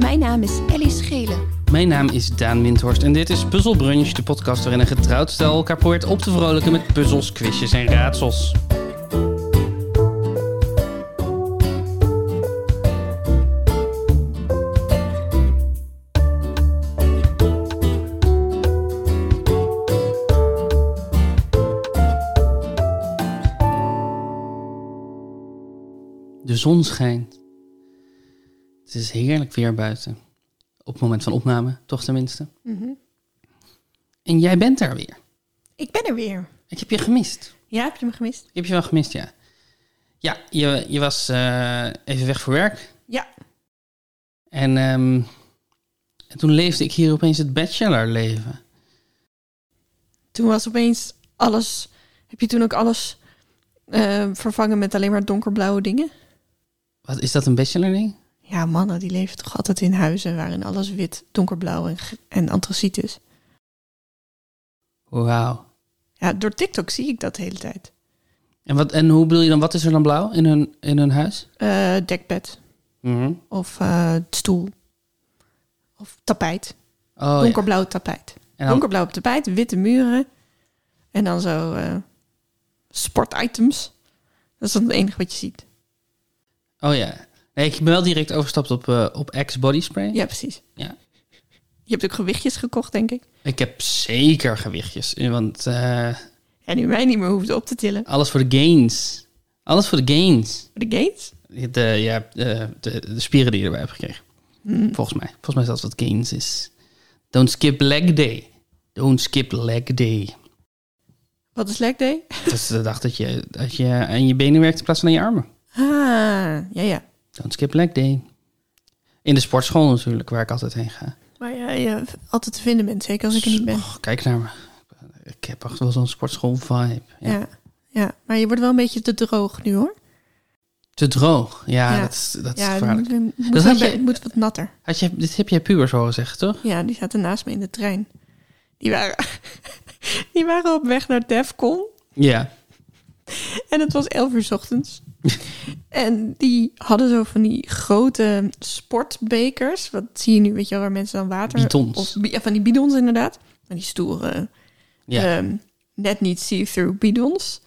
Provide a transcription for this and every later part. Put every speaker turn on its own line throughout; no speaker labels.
Mijn naam is Ellie Schelen.
Mijn naam is Daan Windhorst en dit is Puzzle Brunch, de podcast waarin een getrouwd stel elkaar probeert op te vrolijken met puzzels, quizjes en raadsels. De zon schijnt. Het is heerlijk weer buiten. Op het moment van opname, toch tenminste.
Mhm.
En jij bent daar weer.
Ik ben er weer.
Ik heb je gemist.
Ja, heb je me gemist?
Ik heb je wel gemist, ja. Ja, je, je was eh, even weg voor werk.
Ja.
En, ehm, en toen leefde ik hier opeens het bachelorleven.
Toen was opeens alles... Heb je toen ook alles eh, vervangen met alleen maar donkerblauwe dingen?
Wat is dat een bachelording?
Ja, mannen die leven toch altijd in huizen waarin alles wit, donkerblauw en, gr- en antraciet is.
Wauw.
Ja, door TikTok zie ik dat de hele tijd.
En, wat, en hoe bedoel je dan, wat is er dan blauw in hun, in hun huis?
Eh, dekbed
Mhm.
of eh, stoel of tapijt.
Oh, ja.
Donkerblauw tapijt.
En dan-
Donkerblauw op tapijt, witte muren. En dan zo eh, sportitems. Dat is dan het enige wat je ziet.
oh ja. Nee, ik ben wel direct overgestapt op, eh, op X Body Spray.
Ja, precies.
Ja.
Je hebt ook gewichtjes gekocht, denk ik.
Ik heb zeker gewichtjes, want eh,
En nu mij niet meer hoeft op te tillen.
alles voor de gains. Alles voor de gains.
De gains?
De, ja, de, de, de spieren die je erbij hebt gekregen.
Hmm.
Volgens mij. Volgens mij is dat wat gains is. Don't skip leg day. Don't skip leg day.
Wat is leg day?
Dat is de dag dat je, dat je aan je benen werkt in plaats van aan je armen.
Ah, ja, ja.
Don't skip leg day. In de sportschool natuurlijk, waar ik altijd heen ga.
Maar ja, je altijd te vinden bent, zeker als ik er niet ben.
Oh, kijk naar me. Ik heb echt wel zo'n sportschool vibe. Ja.
Ja. ja, maar je wordt wel een beetje te droog nu, hoor.
Te droog. Ja,
Ja.
dat is, dat is
ja, het
gevaarlijk.
moet, het moet,
Dat
wat
had je-
het moet wat natter.
Had je, dit heb jij pubers horen zeggen, toch?
Ja, die zaten naast me in de trein. Die waren, die waren op weg naar Defcon.
Ja.
En het was 11 uur 's ochtends. en die hadden zo van die grote sportbekers. Wat zie je nu, weet je wel, waar mensen dan water...
Bidons.
Of bi- ja, van die bidons inderdaad. Van die stoere,
Ja.
ehm, net niet see-through bidons.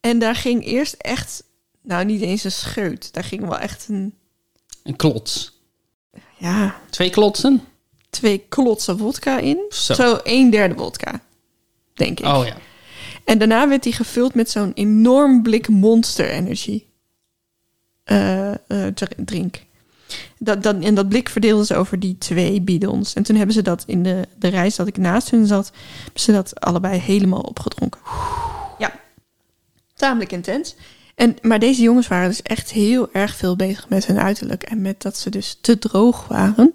En daar ging eerst echt, nou niet eens een scheut. Daar ging wel echt een,
Een klots.
ja,
Twee klotsen?
twee klotsen wodka in.
Zo.
zo een derde wodka, denk ik.
Oh ja.
En daarna werd die gevuld met zo'n enorm blik Monster Energy eh, eh, dr- drink. Dat, dat, en dat blik verdeelden ze over die twee bidons. En toen hebben ze dat in de, de reis dat ik naast hun zat, hebben ze dat allebei helemaal opgedronken. Ja, tamelijk intens. En, maar deze jongens waren dus echt heel erg veel bezig met hun uiterlijk. En met dat ze dus te droog waren.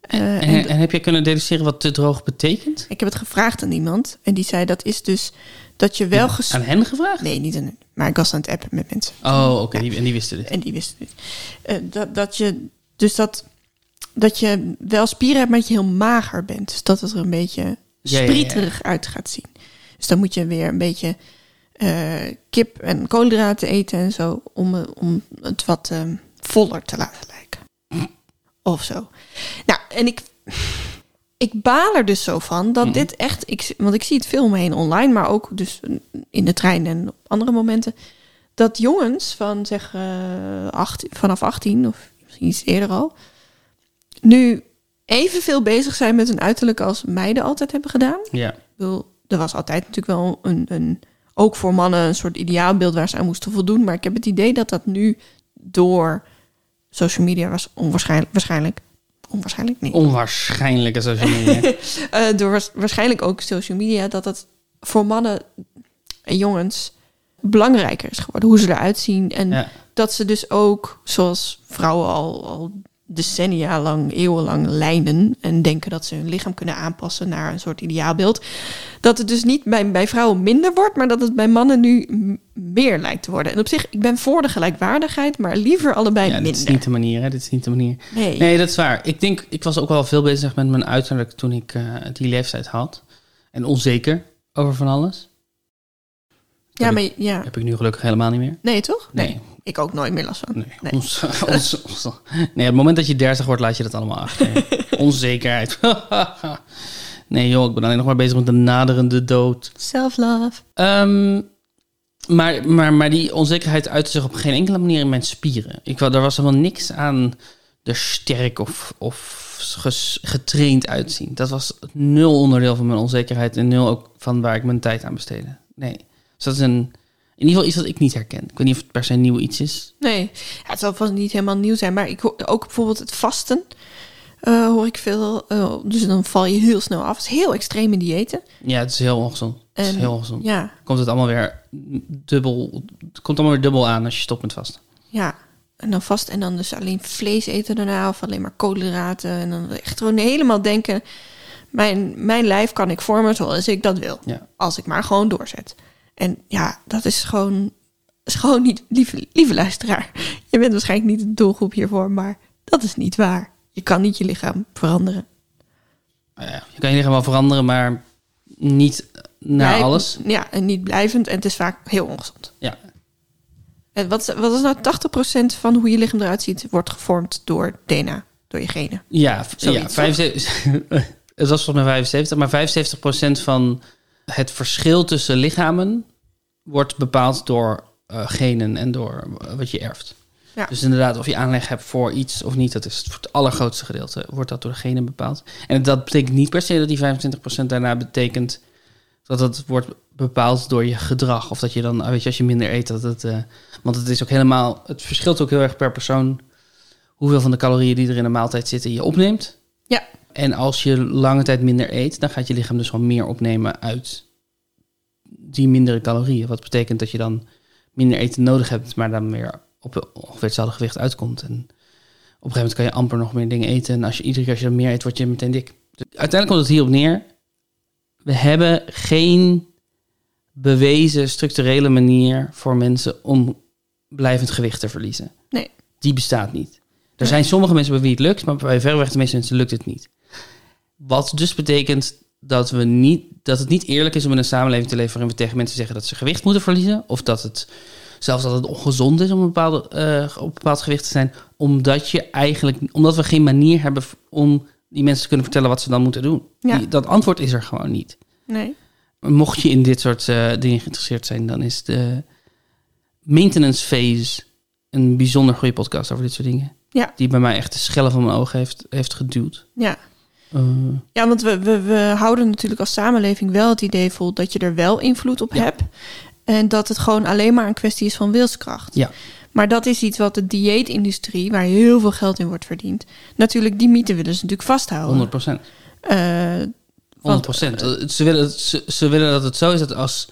Eh,
En, en heb jij kunnen deduceren wat te droog betekent?
ik heb het gevraagd aan iemand. En die zei dat is dus dat je wel ges-
Aan hen gevraagd?
Nee, niet aan hun. Maar ik was aan het appen met mensen.
Oh, oké. die- En die wisten dit.
En die wisten dit. Eh, dat, dat je, dus dat, dat je wel spieren hebt, maar dat je heel mager bent. Dus dat het er een beetje
Ja, ja, ja.
sprieterig uit gaat zien. Dus dan moet je weer een beetje eh, kip en koolhydraten eten en zo. Om, eh, om het wat eh, voller te laten lijken. Of zo. Nou, en ik, ik baal er dus zo van dat dit echt... Ik, want ik zie het veel om me heen online, maar ook dus in de trein en op andere momenten. Dat jongens van zeg eh, 18 vanaf 18 of misschien iets eerder al... nu evenveel bezig zijn met hun uiterlijk als meiden altijd hebben gedaan.
Ja.
Ik bedoel, er was altijd natuurlijk wel een, een, ook voor mannen een soort ideaalbeeld waar ze aan moesten voldoen. Maar ik heb het idee dat dat nu door social media was onwaarschijnlijk, waarschijnlijk, onwaarschijnlijk niet.
Onwaarschijnlijk is als je meneer.
Eh, door waars- waarschijnlijk ook social media dat dat voor mannen en jongens belangrijker is geworden. Hoe ze eruit zien en
Ja.
dat ze dus ook, zoals vrouwen al, al decennia lang, eeuwenlang lijnen en denken dat ze hun lichaam kunnen aanpassen naar een soort ideaalbeeld. Dat het dus niet bij, bij vrouwen minder wordt, maar dat het bij mannen nu m- meer lijkt te worden. En op zich, ik ben voor de gelijkwaardigheid, maar liever allebei
Ja, dit is
minder.
niet de manier, hè. Dit is niet de manier.
Nee.
Nee, dat is waar. Ik denk, ik was ook wel veel bezig met mijn uiterlijk toen ik eh, die leeftijd had. En onzeker over van alles.
ja, maar ja.
Heb ik nu gelukkig helemaal niet meer.
Nee, toch?
Nee,
Ik ook nooit meer last van.
Nee, Ons, ons, ons- nee, het moment dat je 30 wordt, laat je dat allemaal achter. Onzekerheid. nee, joh, ik ben alleen nog maar bezig met de naderende dood.
Self-love.
Ehm, maar, maar, maar die onzekerheid uitte zich op geen enkele manier in mijn spieren. Ik, wa- er was helemaal niks aan er sterk of, of ges- getraind uitzien. Dat was nul onderdeel van mijn onzekerheid en nul ook van waar ik mijn tijd aan besteedde. Nee. Dus dat is een, in ieder geval iets wat ik niet herken. Ik weet niet of het per se nieuw iets is.
Nee, ja, het zal vast niet helemaal nieuw zijn. Maar ik hoor ook bijvoorbeeld het vasten eh, hoor ik veel. eh, dus dan val je heel snel af. Het is heel extreme diëten.
Ja, het is heel ongezond. Het is
En-
heel ongezond.
Ja,
Komt het allemaal weer dubbel, het komt allemaal weer dubbel aan als je stopt met vasten.
ja. En dan vast en dan dus alleen vlees eten daarna of alleen maar koolhydraten. En dan echt gewoon helemaal denken, mijn, mijn lijf kan ik vormen zoals ik dat wil.
Ja.
Als ik maar gewoon doorzet. En ja, dat is gewoon, is gewoon niet, lieve, lieve luisteraar. Je bent waarschijnlijk niet de doelgroep hiervoor, maar dat is niet waar. Je kan niet je lichaam veranderen.
Nou ja, je kan je lichaam wel veranderen, maar niet na
Blijf-
Nou, alles.
Ja, en niet blijvend. En het is vaak heel ongezond.
Ja.
En wat, is- wat is nou 80% van hoe je lichaam eruit ziet, wordt gevormd door DNA, door je genen.
Ja, v-
Zoiets,
ja 75, het was volgens mij 75, maar 75% van het verschil tussen lichamen wordt bepaald door eh, genen en door eh, wat je erft.
Ja.
Dus inderdaad, of je aanleg hebt voor iets of niet, dat is voor het allergrootste gedeelte, wordt dat door de genen bepaald. En dat betekent niet per se dat die 25% daarna betekent dat het wordt bepaald door je gedrag. Of dat je dan, weet je, als je minder eet, dat het. eh, want het is ook helemaal. Het verschilt ook heel erg per persoon. hoeveel van de calorieën die er in een maaltijd zitten je opneemt.
Ja.
En als je lange tijd minder eet, dan gaat je lichaam dus wel meer opnemen uit die mindere calorieën. Wat betekent dat je dan minder eten nodig hebt, maar dan weer op ongeveer hetzelfde gewicht uitkomt. En op een gegeven moment kan je amper nog meer dingen eten. En als je, iedere keer als je dan meer eet, word je meteen dik. Dus uiteindelijk komt het hierop neer. We hebben geen bewezen structurele manier voor mensen om blijvend gewicht te verliezen.
Nee.
Die bestaat niet. Er
Nee.
zijn sommige mensen bij wie het lukt, maar bij verreweg de meeste mensen lukt het niet. Wat dus betekent dat, we niet, dat het niet eerlijk is om in een samenleving te leven waarin we tegen mensen zeggen dat ze gewicht moeten verliezen. Of dat het zelfs dat het ongezond is om een bepaalde, eh, op een bepaald gewicht te zijn. Omdat, je eigenlijk, omdat we geen manier hebben v- om die mensen te kunnen vertellen wat ze dan moeten doen.
Ja.
Die- dat antwoord is er gewoon niet.
Nee.
Mocht je in dit soort eh, dingen geïnteresseerd zijn, dan is de Maintenance Phase een bijzonder goede podcast over dit soort dingen.
Ja.
Die bij mij echt de schellen van mijn ogen heeft, heeft geduwd.
Ja.
Eh,
Ja, want we, we, we houden natuurlijk als samenleving wel het idee vol dat je er wel invloed op
Ja.
hebt. En dat het gewoon alleen maar een kwestie is van wilskracht.
ja.
Maar dat is iets wat de dieetindustrie, waar heel veel geld in wordt verdiend, natuurlijk die mythe willen ze natuurlijk vasthouden.
100 procent. 100
Eh, want-
Eh, ze, willen, ze, ze willen dat het zo is dat als,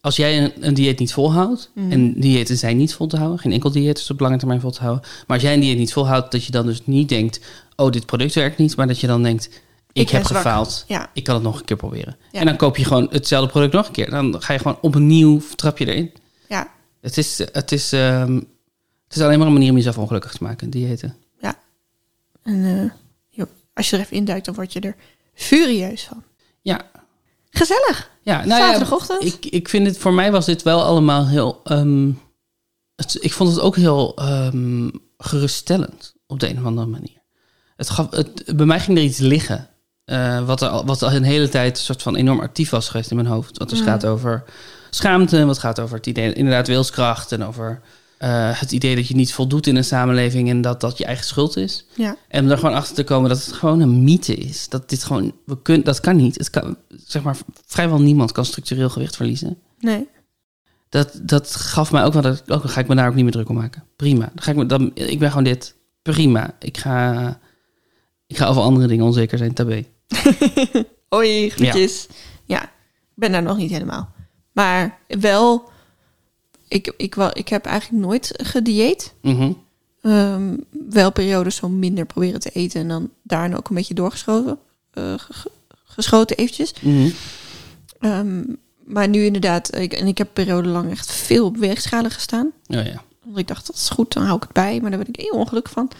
als jij een, een dieet niet volhoudt,
Mm.
en diëten zijn niet vol te houden, geen enkel dieet is op lange termijn vol te houden, maar als jij een dieet niet volhoudt, dat je dan dus niet denkt, oh, dit product werkt niet, maar dat je dan denkt, ik,
Ik ben
heb
zwak.
gefaald,
Ja.
ik kan het nog een keer proberen.
Ja.
En dan koop je gewoon hetzelfde product nog een keer. Dan ga je gewoon opnieuw, trap je erin.
ja,
Het is, het is, ehm, het is alleen maar een manier om jezelf ongelukkig te maken, diëten.
ja. En, eh, joh, als je er even induikt, dan word je er furieus van.
Ja,
Gezellig.
Ja, nou
Zaterdagochtend?
Ja, ik, ik vind het, voor mij was dit wel allemaal heel. ehm, het, ik vond het ook heel ehm, geruststellend op de een of andere manier. Het gaf, het, bij mij ging er iets liggen. eh, wat, er, al- wat al een hele tijd een soort van enorm actief was geweest in mijn hoofd. Wat dus gaat over schaamte, en wat gaat over het idee, inderdaad, wilskracht en over eh, het idee dat je niet voldoet in een samenleving en dat dat je eigen schuld is.
Ja,
En om er gewoon achter te komen dat het gewoon een mythe is. Dat dit gewoon, we kunnen, dat kan niet. Het kan, zeg maar, vrijwel niemand kan structureel gewicht verliezen.
nee.
Dat, dat gaf mij ook wel, dat, ook, dan ga ik me daar ook niet meer druk om maken. Prima. Dan ga ik, me, dan, ik ben gewoon dit. Prima. Ik ga, ik ga over andere dingen onzeker zijn, tabé.
Hoi, groetjes. Ja. ik ben daar nog niet helemaal. Maar wel, ik, ik, wel, ik heb eigenlijk nooit gedieet.
Mhm.
Ehm, wel periodes zo minder proberen te eten en dan daarna ook een beetje doorgeschoten. eh, ge- ge- geschoten eventjes.
Mhm.
Ehm, maar nu inderdaad, ik, en ik heb periodenlang echt veel op weegschalen gestaan.
Oh ja.
Want ik dacht, dat is goed, dan hou ik het bij. Maar daar ben ik heel ongelukkig van.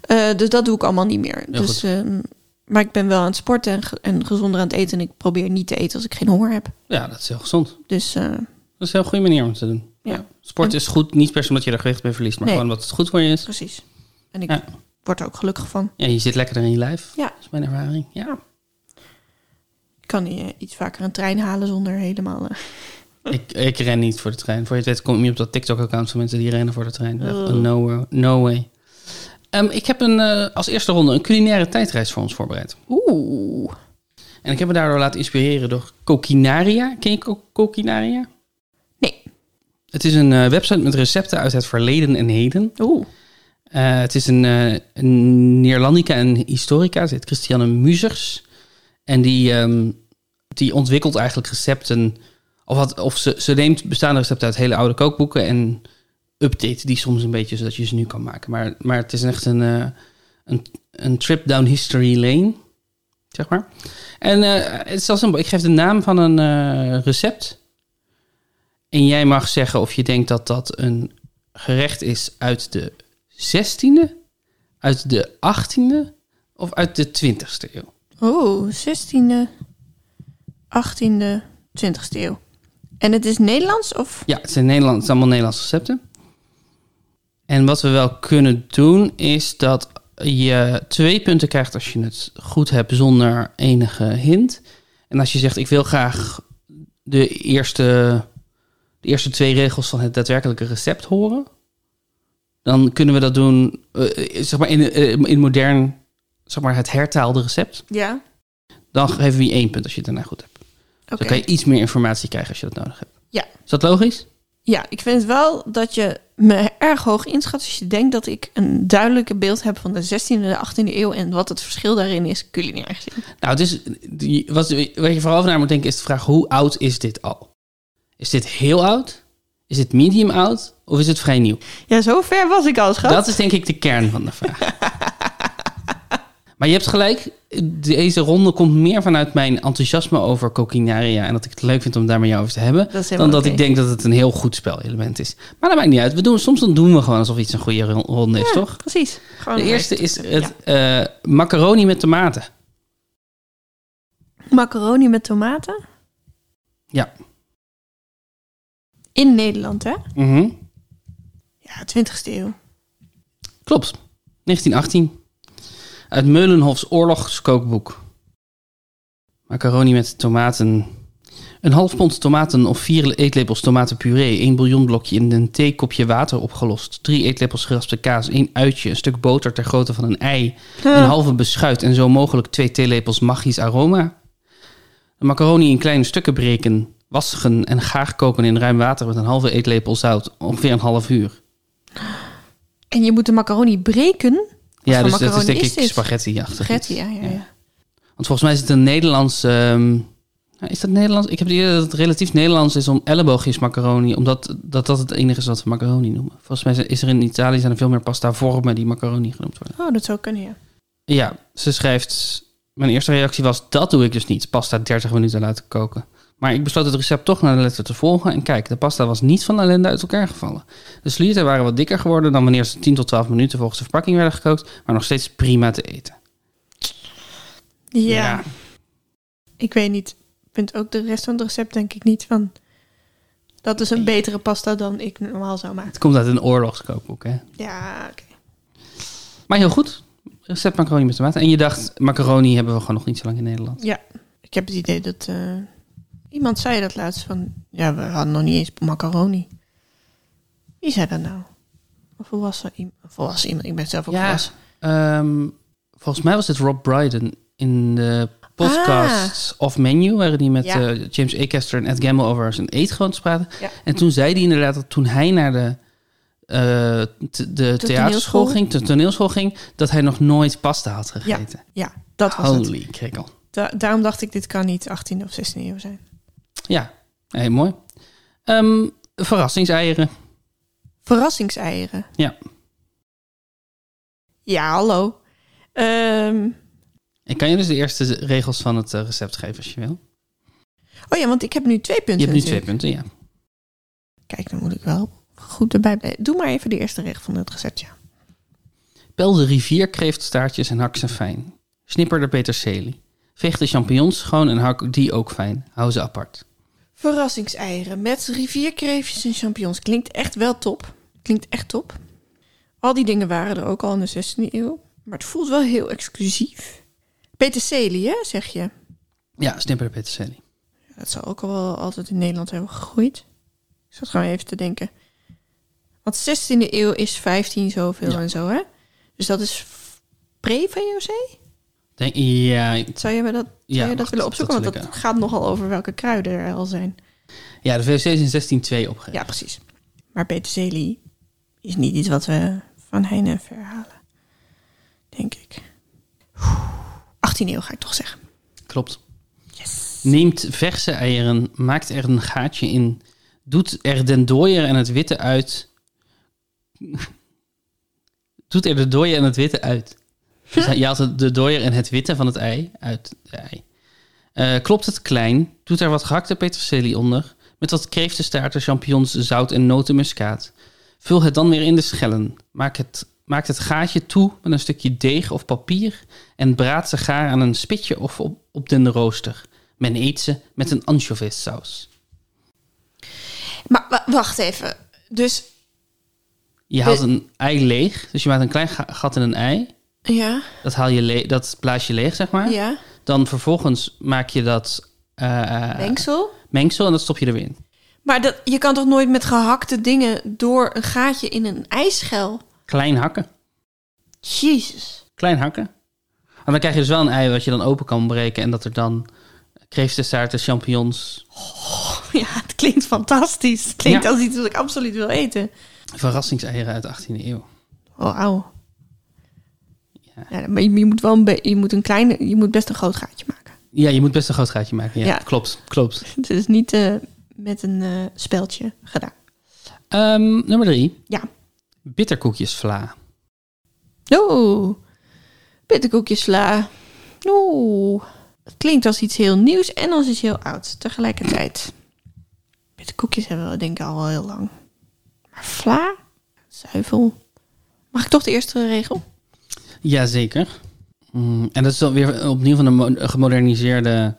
Eh, dus dat doe ik allemaal niet meer.
Heel
Dus, ehm, maar ik ben wel aan het sporten en, ge- en gezonder aan het eten. En ik probeer niet te eten als ik geen honger heb.
ja, dat is heel gezond.
Dus eh,
Dat is een heel goede manier om het te doen.
Ja.
Ja. Sport is goed, niet per se omdat je er gewicht mee verliest, maar
Nee.
gewoon omdat het goed voor je is.
Precies. En ik
Ja.
word er ook gelukkig van.
Ja, je zit lekkerder in je lijf.
Ja.
Dat is mijn ervaring. Ja.
Ik kan eh, iets vaker een trein halen zonder helemaal... eh,
ik, ik ren niet voor de trein. Voor je het weet kom je op dat TikTok-account van mensen die rennen voor de trein. Echt,
Oh.
No, way- no way. Ehm, ik heb een, eh, als eerste ronde een culinaire tijdreis voor ons voorbereid.
Oeh.
En ik heb me daardoor laten inspireren door Kokinaria. Ken je Ko- Kokinaria?
Nee.
Het is een eh, website met recepten uit het verleden en heden.
Oeh.
Eh, het is een, eh, een Neerlandica en historica. Ze heet Christiane Muzers. En die, ehm, die ontwikkelt eigenlijk recepten. Of, wat, of ze, ze neemt bestaande recepten uit hele oude kookboeken en update die soms een beetje zodat je ze nu kan maken. Maar, maar het is echt een, eh, een, een trip down history lane, zeg maar. En eh, het is al simpel. Ik geef de naam van een eh, recept. En jij mag zeggen of je denkt dat dat een gerecht is uit de 16e, uit de 18e of uit de 20e eeuw?
Oh, 16e, 18e, 20e eeuw. En het is Nederlands of?
Ja, het zijn Nederland, het zijn allemaal Nederlandse recepten. En wat we wel kunnen doen is dat je twee punten krijgt als je het goed hebt zonder enige hint. En als je zegt ik wil graag de eerste, de eerste twee regels van het daadwerkelijke recept horen, dan kunnen we dat doen eh, eh, zeg maar in, eh, in modern zeg maar het hertaalde recept.
Ja.
Dan geven we je één punt als je het daarna goed hebt.
Oké.
Dan kan je iets meer informatie krijgen als je dat nodig hebt.
Ja.
Is dat logisch?
Ja, ik vind wel dat je me erg hoog inschat als je denkt dat ik een duidelijke beeld heb van de 16e, de 18e eeuw en wat het verschil daarin is culinair gezien.
Nou, het is, die- wat, wat je vooral naar moet denken is de vraag: hoe oud is dit al? Is dit heel oud? Is dit medium oud? Of is het vrij nieuw?
Ja, zo ver was ik al, schat.
Dat is denk ik de kern van de vraag. maar je hebt gelijk, deze ronde komt meer vanuit mijn enthousiasme over Coquinaria. En dat ik het leuk vind om daar met jou over te hebben.
Dat is helemaal
dan dat
oké.
ik denk dat het een heel goed spelelement is. Maar dat maakt niet uit. We doen, soms dan doen we gewoon alsof iets een goede ro- ronde is,
Ja, Oh,
toch?
Precies. Gewoon
De
een
eerste
rijst.
is het eh, macaroni met tomaten.
Ja. Macaroni met tomaten.
Ja.
In Nederland, hè?
Mhm.
Ja, 20e eeuw.
Klopt. 1918. Uit Meulenhofs oorlogskookboek. Macaroni met tomaten. Een half pond tomaten of vier eetlepels tomatenpuree. één bouillonblokje in een theekopje water opgelost. Drie eetlepels geraspte kaas. één uitje. Een stuk boter ter grootte van een ei. Een halve beschuit en zo mogelijk twee theelepels magisch aroma. De macaroni in kleine stukken breken, wassigen en gaar koken in ruim water met een halve eetlepel zout, ongeveer een half uur.
En je moet de macaroni breken.
Ja,
voor
dus dat is
macaroni
denk
is
ik
dit?
spaghetti-achtig.
Spaghetti,
iets.
ja, ja, ja.
Want volgens mij is het een Nederlands... ehm, nou, is dat Nederlands? Ik heb het idee dat het relatief Nederlands is om elleboogjes macaroni, omdat dat, dat het enige is wat we macaroni noemen. Volgens mij is er in Italië zijn er veel meer pasta vormen die macaroni genoemd worden.
Oh, dat zou kunnen, ja.
Ja, ze schrijft... Mijn eerste reactie was, dat doe ik dus niet. Pasta 30 minuten laten koken. Maar ik besloot het recept toch naar de letter te volgen. En kijk, de pasta was niet van ellende uit elkaar gevallen. De slierten waren wat dikker geworden dan wanneer ze 10 tot 12 minuten volgens de verpakking werden gekookt. Maar nog steeds prima te eten.
Ja. Ik weet niet. Ik vind ook de rest van het recept denk ik niet van... Dat is een betere pasta dan ik normaal zou maken.
Het komt uit een oorlogskookboek, hè?
Ja, oké.
Maar heel goed. Recept macaroni met tomaten. En je dacht, macaroni hebben we gewoon nog niet zo lang in Nederland.
Ik heb het idee dat... eh, iemand zei dat laatst van... Ja, we hadden nog niet eens macaroni. Wie zei dat nou? Een volwassen iemand. Volwassen iemand. Ik ben zelf ook
Ja.
volwassen.
Ehm, volgens mij was het Rob Brydon in de podcast Off Menu, waarin hij met
Ah. Ja.
eh, James Acaster en Ed Gamble over zijn eetgewoontes praten.
Ja.
En toen zei hij inderdaad dat toen hij naar de, eh, t- de theaterschool
toneelschool?
ging, de toneelschool ging, dat hij nog nooit pasta had gegeten.
Ja, dat was het.
Holy krekel.
Da- daarom dacht ik, dit kan niet 18e of 16e eeuw zijn.
Ja, heel mooi. Ehm, verrassingseieren.
Verrassingseieren.
Ja.
Ja, hallo. Ehm,
Ik kan je dus de eerste regels van het eh, recept geven als je wil.
oh ja, want ik heb nu twee punten.
Je hebt nu
natuurlijk.
twee punten, ja.
Kijk, dan moet ik wel goed erbij blijven. Doe maar even de eerste regel van het recept, ja.
Pel de rivier, kreeftstaartjes en hak ze fijn. Snipper de peterselie. Veeg de champignons schoon en hak die ook fijn. Hou ze apart.
Verrassingseieren met rivierkreefjes en champignons. Klinkt echt wel top. Klinkt echt top. Al die dingen waren er ook al in de 16e eeuw. Maar het voelt wel heel exclusief. Peterselie, hè, zeg je?
Ja, snipper peterselie.
Dat zou ook al wel altijd in Nederland hebben gegroeid. Ik zat gewoon even te denken. Want 16e eeuw is 15 zoveel
Ja.
en zo, hè? Dus dat is f- pre-VOC?
Denk, ja,
Zou je me dat, zou
Ja,
je dat willen
mag dat-
opzoeken?
dat
Want
wil
dat
ik,
gaat nogal over welke kruiden er al zijn.
ja, de VOC is in 1602 opgericht.
Ja, precies. Maar peterselie is niet iets wat we van heen en ver halen. Denk ik. Oeh, 18e eeuw ga ik toch zeggen.
Klopt.
Yes.
Neemt verse eieren, maakt er een gaatje in, doet er den dooier en het witte uit. doet er de dooier en het witte uit. Dus je haalt het- de dooier en het witte van het ei uit de ei. Eh, klopt het klein, doet er wat gehakte peterselie onder, met wat kreeftenstaarten, champignons, zout en notenmuskaat. Vul het dan weer in de schellen. Maak het, maakt het gaatje toe met een stukje deeg of papier en braad ze gaar aan een spitje of op, op den rooster. Men eet ze met een anchovissaus.
Maar wa- wacht even. Dus
Je haalt een ei leeg, dus je maakt een klein ga- gat in een ei.
ja,
Dat, haal je le- dat blaas je leeg, zeg maar.
ja,
Dan vervolgens maak je dat eh,
mengsel.
mengsel en dat stop je er weer in.
Maar dat, je kan toch nooit met gehakte dingen door een gaatje in een ijsschel?
Klein hakken.
Jezus.
Klein hakken. En dan krijg je dus wel een ei wat je dan open kan breken. En dat er dan kreeftenstaarten, champignons,
Ja, het klinkt fantastisch. Het klinkt
Ja.
als iets wat ik absoluut wil eten.
verrassingseieren uit de 18e eeuw.
Oh, auw.
Ja.
Ja, maar je, je moet wel een be- je moet een kleine, je moet best een groot gaatje maken.
Ja, je moet best een groot gaatje maken. Ja,
Ja.
klopt. klopt.
Het is niet eh, met een eh speldje gedaan.
Ehm, nummer drie.
Ja.
Bitterkoekjesvla.
Oh, bitterkoekjes sla. Oeh, het klinkt als iets heel nieuws en als iets heel oud tegelijkertijd. Bitterkoekjes hebben we denk ik al wel heel lang. Maar vla, zuivel. Mag ik toch de eerste regel?
Jazeker. Mm, en dat is dan weer opnieuw van een mo- een gemoderniseerde,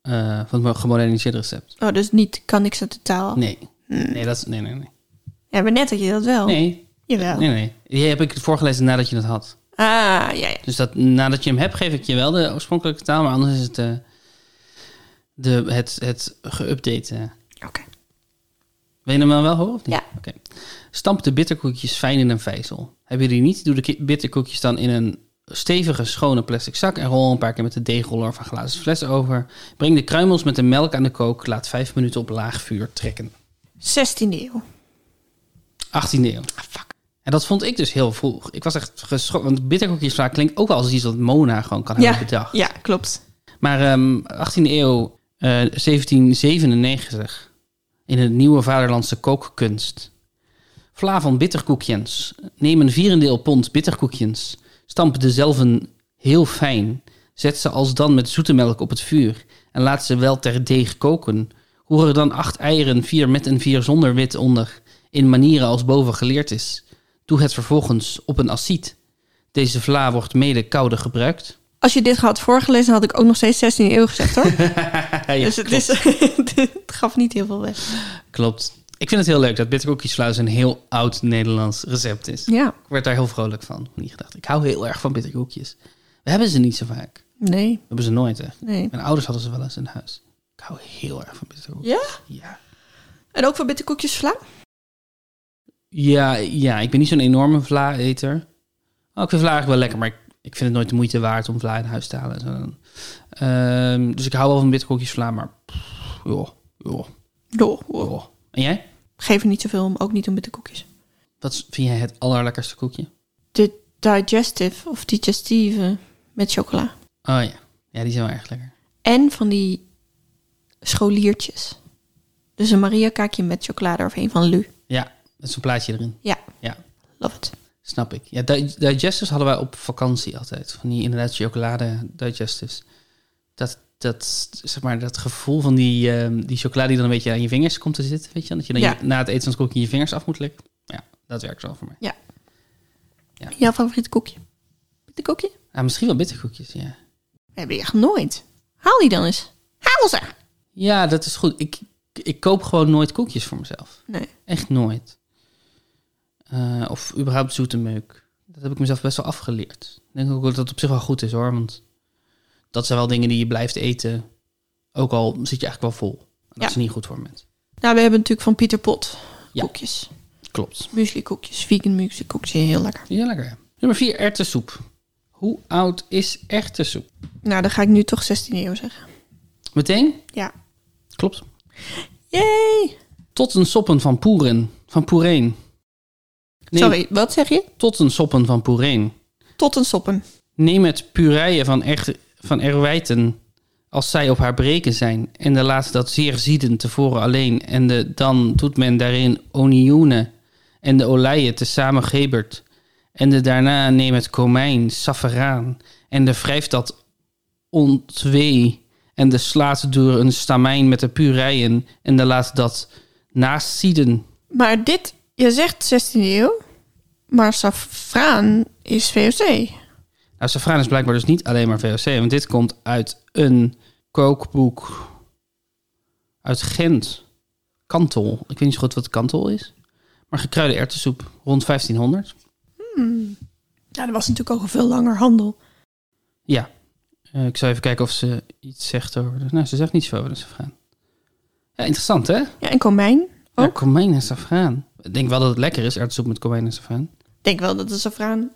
eh, van een gemoderniseerd recept.
Oh, dus niet kan niks uit de taal.
Nee.
Hmm.
Nee, dat is, nee, nee, nee.
Ja, maar net had je dat wel.
Nee,
Jawel.
nee, nee. Die heb ik voorgelezen nadat je dat had.
Ah, ja, ja.
Dus dat, nadat je hem hebt, geef ik je wel de oorspronkelijke taal, maar anders is het eh, de, het, het geüpdate. eh.
Oké.
Wil je hem dan wel horen of niet?
Ja.
Oké. Stamp de bitterkoekjes fijn in een vijzel. Heb je die niet, doe de ki- bitterkoekjes dan in een stevige, schone plastic zak... en rol een paar keer met de deegroller of een glazen fles over. Breng de kruimels met de melk aan de kook. Laat vijf minuten op laag vuur trekken.
16e eeuw.
18e eeuw.
fuck.
En dat vond ik dus heel vroeg. Ik was echt geschrokken, want bitterkoekjesvla klinkt ook wel als iets wat Mona gewoon kan hebben
Ja,
bedacht.
ja, klopt.
Maar ehm 18e eeuw, eh, 1797, in het nieuwe vaderlandse kookkunst. Vla van bitterkoekjens. Neem een vierendeel pond bitterkoekjens. Stamp dezelfde heel fijn. Zet ze alsdan met zoete melk op het vuur. En laat ze wel ter deeg koken. Hoor er dan acht eieren, vier met en vier zonder wit onder. In manieren als boven geleerd is. Doe het vervolgens op een assiet. Deze vla wordt mede koude gebruikt.
Als je dit had voorgelezen, had ik ook nog steeds 16e eeuw gezegd, hoor.
Ja,
dus het,
klopt.
is, het gaf niet heel veel weg.
Klopt. Ik vind het heel leuk dat bitterkoekjesvla een heel oud Nederlands recept is.
Ja,
Ik werd daar heel vrolijk van. Niet gedacht. Ik hou heel erg van bitterkoekjes. We hebben ze niet zo vaak.
nee,
We hebben ze nooit echt.
nee.
Mijn ouders hadden ze wel eens in huis. Ik hou heel erg van bitterkoekjes.
Ja?
Ja.
En ook voor bitterkoekjes sla?
Ja, ja, ik ben niet zo'n enorme vla-eter. Oh, ik vind vla eigenlijk wel lekker, maar ik, ik vind het nooit de moeite waard om vla in huis te halen. en zo. Ehm, dus ik hou wel van bitterkoekjesvla, maar... pff, joh, joh,
No.
joh. En jij?
Geef er niet zoveel om, ook niet om bitterkoekjes.
Wat is- vind jij het allerlekkerste koekje?
De digestive of digestieve met chocola.
Oh ja, ja die zijn wel erg lekker.
En van die scholiertjes. Dus een Maria kaakje met chocola eroverheen van Lu.
Ja, met zo'n plaatje erin.
Ja.
Ja.
Love it.
Snap ik. Ja, di- digestives hadden wij op vakantie altijd. Van die inderdaad chocolade digestives. Dat, dat, zeg maar, dat gevoel van die, ehm, die chocolade die dan een beetje aan je vingers komt te zitten. Weet je, wel? dat je dan
Ja.
je- na het eten van het koekje je vingers af moet likken. Ja, dat werkt wel voor mij.
Jouw favoriete koekje? Bitterkoekje?
Ah, misschien wel bitterkoekjes, ja.
Heb je echt nooit. Haal die dan eens. Haal ze!
Ja, dat is goed. Ik ik koop gewoon nooit koekjes voor mezelf.
Nee.
Echt nooit. Eh, of überhaupt zoete meuk. Dat heb ik mezelf best wel afgeleerd. Ik denk ook dat dat op zich wel goed is hoor. Want dat zijn wel dingen die je blijft eten. Ook al zit je eigenlijk wel vol. En dat
Ja.
is niet goed voor mensen.
Nou, we hebben natuurlijk van Pieter Pot
Ja.
koekjes.
Klopt.
Muesli koekjes, vegan muesli koekjes, heel lekker.
Ja, lekker. ja. Nummer 4, erwtensoep. Hoe oud is erwtensoep?
Nou, dan ga ik nu toch 16 eeuw zeggen.
Meteen?
Ja.
Klopt.
Yay!
Tot een soppen van poeren. Van poereen. Nee,
Sorry, wat zeg je?
Tot een soppen van poereen.
Tot een soppen.
Neem het purijen van, er, van erwijten als zij op haar breken zijn. En de laat dat zeer zieden tevoren alleen. En de, dan doet men daarin onioenen en de olijen tezamen gebert. En de daarna neem het komijn, safferaan. En de wrijft dat ontwee. En de slaat door een stamijn met de purijen. En de laat dat naast zieden.
Maar dit, je zegt 16e eeuw, maar safraan is VOC.
Nou, safraan is blijkbaar dus niet alleen maar VOC, want dit komt uit een kookboek uit Gent. Kantel. Ik weet niet zo goed wat kantel is. Maar gekruide erwtensoep rond 1500.
Hmm. Ja, dat was natuurlijk ook een veel langer handel.
Ja. Eh, ik zal even kijken of ze iets zegt over... de- Nou, ze zegt niets over de safraan. Ja, interessant hè?
Ja, en komijn
Ja,
ook.
komijn en safraan. Ik denk wel dat het lekker is, erwtensoep met komijn en safraan.
Ik denk wel dat de safraan...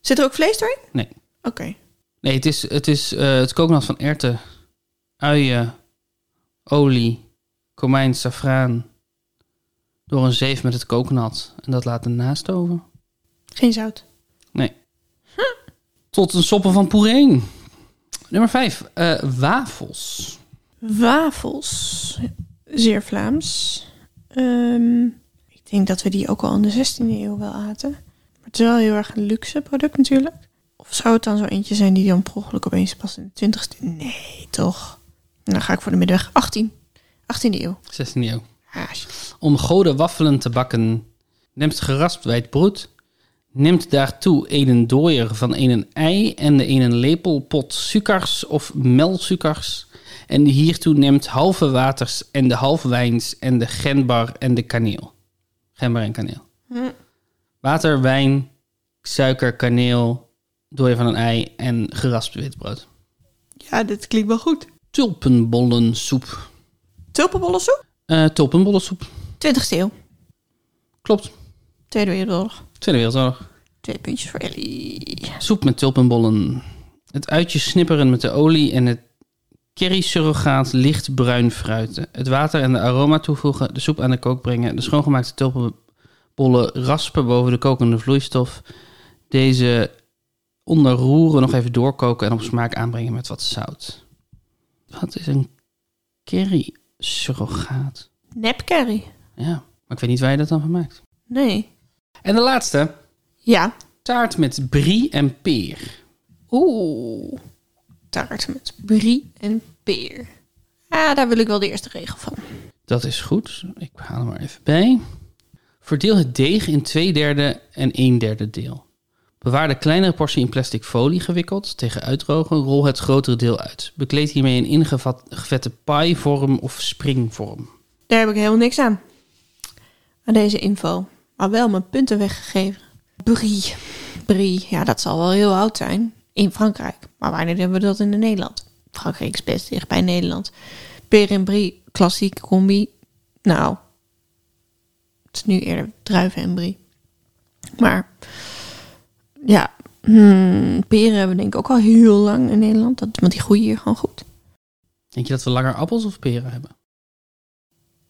Zit er ook vlees doorheen?
Nee.
Oké.
Nee, het is het, is, eh, het kooknat van erwten, uien, olie, komijn, safraan. Door een zeef met het kooknat. En dat laat ernaast over.
Geen zout.
Tot een soppen van poereen. Nummer 5. wafels.
Wafels. Zeer Vlaams. Ehm, ik denk dat we die ook al in de 16e eeuw wel aten. Maar het is wel heel erg een luxe product natuurlijk. Of zou het dan zo eentje zijn die dan per ongeluk opeens pas in de 20e eeuw? Nee, toch? Nou ga ik voor de middag 18. 18e eeuw.
16e eeuw.
Ah,
Om goden waffelen te bakken. Neemt geraspt wijd brood. Neemt daartoe een dooier van een ei en de een lepel pot suikers of melsuikers. En hiertoe neemt halve waters en de halve wijns en de genbar en de kaneel. Genbar en kaneel.
Hm.
Water, wijn, suiker, kaneel, dooier van een ei en geraspt witbrood.
Ja, dit klinkt wel goed.
Tulpenbollensoep.
Tulpenbollensoep?
Eh tulpenbollensoep,
20e eeuw.
klopt.
Tweede Wereldoorlog.
Tweede Wereldoorlog.
Twee puntjes voor Ellie.
Soep met tulpenbollen. Het uitje snipperen met de olie en het curry-surrogaat licht bruin fruiten. Het water en de aroma toevoegen, de soep aan de kook brengen, de schoongemaakte tulpenbollen raspen boven de kokende vloeistof. Deze onderroeren, nog even doorkoken en op smaak aanbrengen met wat zout. Wat is een curry-surrogaat?
Nepkerry.
Ja, maar ik weet niet waar je dat dan van maakt.
Nee.
En de laatste,
Ja.
taart met brie en peer.
Oeh. Taart met brie en peer. Ah, daar wil ik wel de eerste regel van.
Dat is goed. Ik haal hem maar even bij. Verdeel het deeg in twee derde en een derde deel. Bewaar de kleinere portie in plastic folie gewikkeld. Tegen uitdrogen rol het grotere deel uit. Bekleed hiermee een ingevette pie-vorm of springvorm.
Daar heb ik helemaal niks aan. Aan deze info. Maar wel mijn punten weggegeven. Brie. Brie. Ja, dat zal wel heel oud zijn. In Frankrijk. Maar wanneer hebben we dat in Nederland? Frankrijk is best dichtbij Nederland. Peer en brie. Klassieke combi. Nou. Het is nu eerder druiven en brie. Maar. Ja. hmm, peren hebben we denk ik ook al heel lang in Nederland. Dat, want die groeien hier gewoon goed.
Denk je dat we langer appels of peren hebben?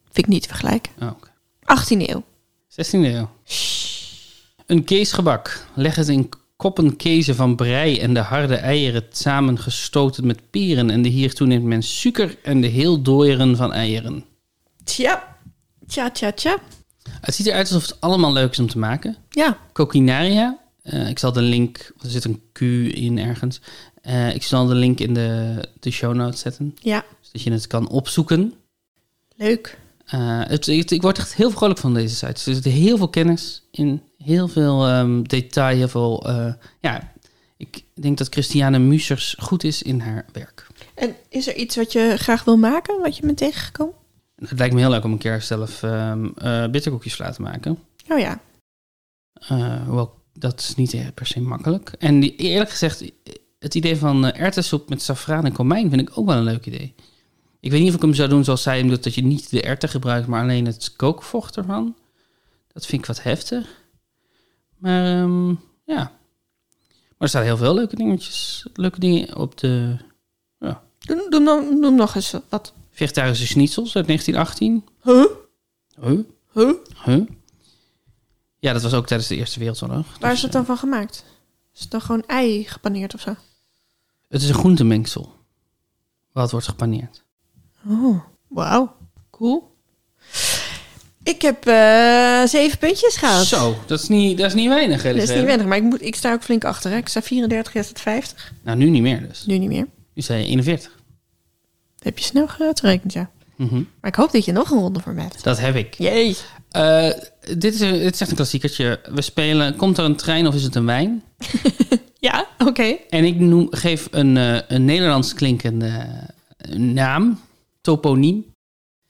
Vind ik niet te vergelijken.
Oh, oké.
18e eeuw.
16e eeuw. Een keesgebak. Leg het in koppen kezen van brei en de harde eieren samen gestoten met peren. En de hiertoe neemt men suiker en de heel dooieren van eieren.
Tja. Tja, tja, tja.
Het ziet eruit alsof het allemaal leuk is om te maken.
Ja,
Coquinaria. eh, ik zal de link, er zit een Q in ergens. Eh, ik zal de link in de, de show notes zetten,
ja.
zodat je het kan opzoeken.
Leuk.
Eh, het, het- ik word echt heel vrolijk van deze site. Dus er zit heel veel kennis in, heel veel ehm, detail, heel veel... eh, ja, ik denk dat Christiane Musers goed is in haar werk.
En is er iets wat je graag wil maken, wat je bent tegengekomen?
En Het lijkt me heel leuk om een keer zelf ehm eh, bitterkoekjes te laten maken.
Oh ja.
Eh, hoewel, dat is niet eh, per se makkelijk. En die- eerlijk gezegd, het idee van eh erwtensoep met safraan en komijn vind ik ook wel een leuk idee. Ik weet niet of ik hem zou doen zoals zij hem doet, dat je niet de erwten gebruikt, maar alleen het kookvocht ervan. Dat vind ik wat heftig. Maar ehm, ja. Maar er staan heel veel leuke dingetjes, leuke dingen op de
Doe, doe, nog- doe nog eens wat.
vegetarische schnitzels uit 1918.
Huh?
Huh?
Huh?
Huh? Ja, dat was ook tijdens de Eerste Wereldoorlog.
Waar
Dus,
is het
eh,
dan van gemaakt? Is het dan gewoon ei gepaneerd of zo?
Het is een groentemengsel. Wat wordt gepaneerd.
Oh, wauw. Cool. Ik heb eh, zeven puntjes gehaald.
Zo, dat is niet, dat is niet weinig. Hè,
Dat is
Lisette?
niet weinig, maar ik, moet, ik sta ook flink achter. Hè? Ik sta 34, jij staat 50.
Nou, nu niet meer dus.
Nu niet meer.
Nu zei je 41.
Dat heb je snel gerekend, ja.
Mhm.
Maar ik hoop dat je nog een ronde voor mij hebt.
Dat heb ik.
Jee.
Eh, dit, is een, dit is echt een klassiekertje. We spelen, komt er een trein of is het een wijn?
Ja, oké.
En ik noem, geef een, eh, een Nederlands klinkende eh, naam, toponiem.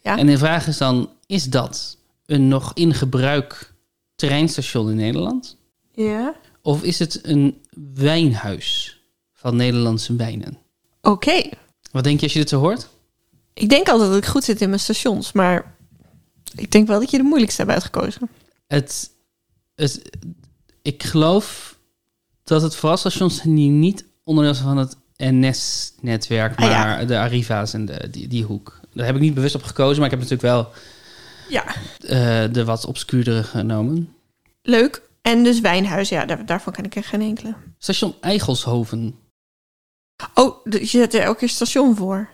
Ja.
En de vraag is dan, is dat een nog in gebruik treinstation in Nederland?
Ja.
Of is het een wijnhuis van Nederlandse wijnen?
Oké.
Wat denk je als je dit zo hoort?
Ik denk altijd dat ik goed zit in mijn stations, maar ik denk wel dat je de moeilijkste hebt uitgekozen.
Het, het, ik geloof dat het vooral stations zijn die niet onderdeel zijn van het NS-netwerk,
Ah,
maar
ja.
de Arriva's en de, die, die hoek. Daar heb ik niet bewust op gekozen, maar ik heb natuurlijk wel
Ja.
eh, de wat obscuurdere genomen.
Leuk. En dus Wijnhuis, ja, daar- daarvan kan ik er geen enkele.
Station Eigelshoven.
Oh, dus je zet er elke keer station voor.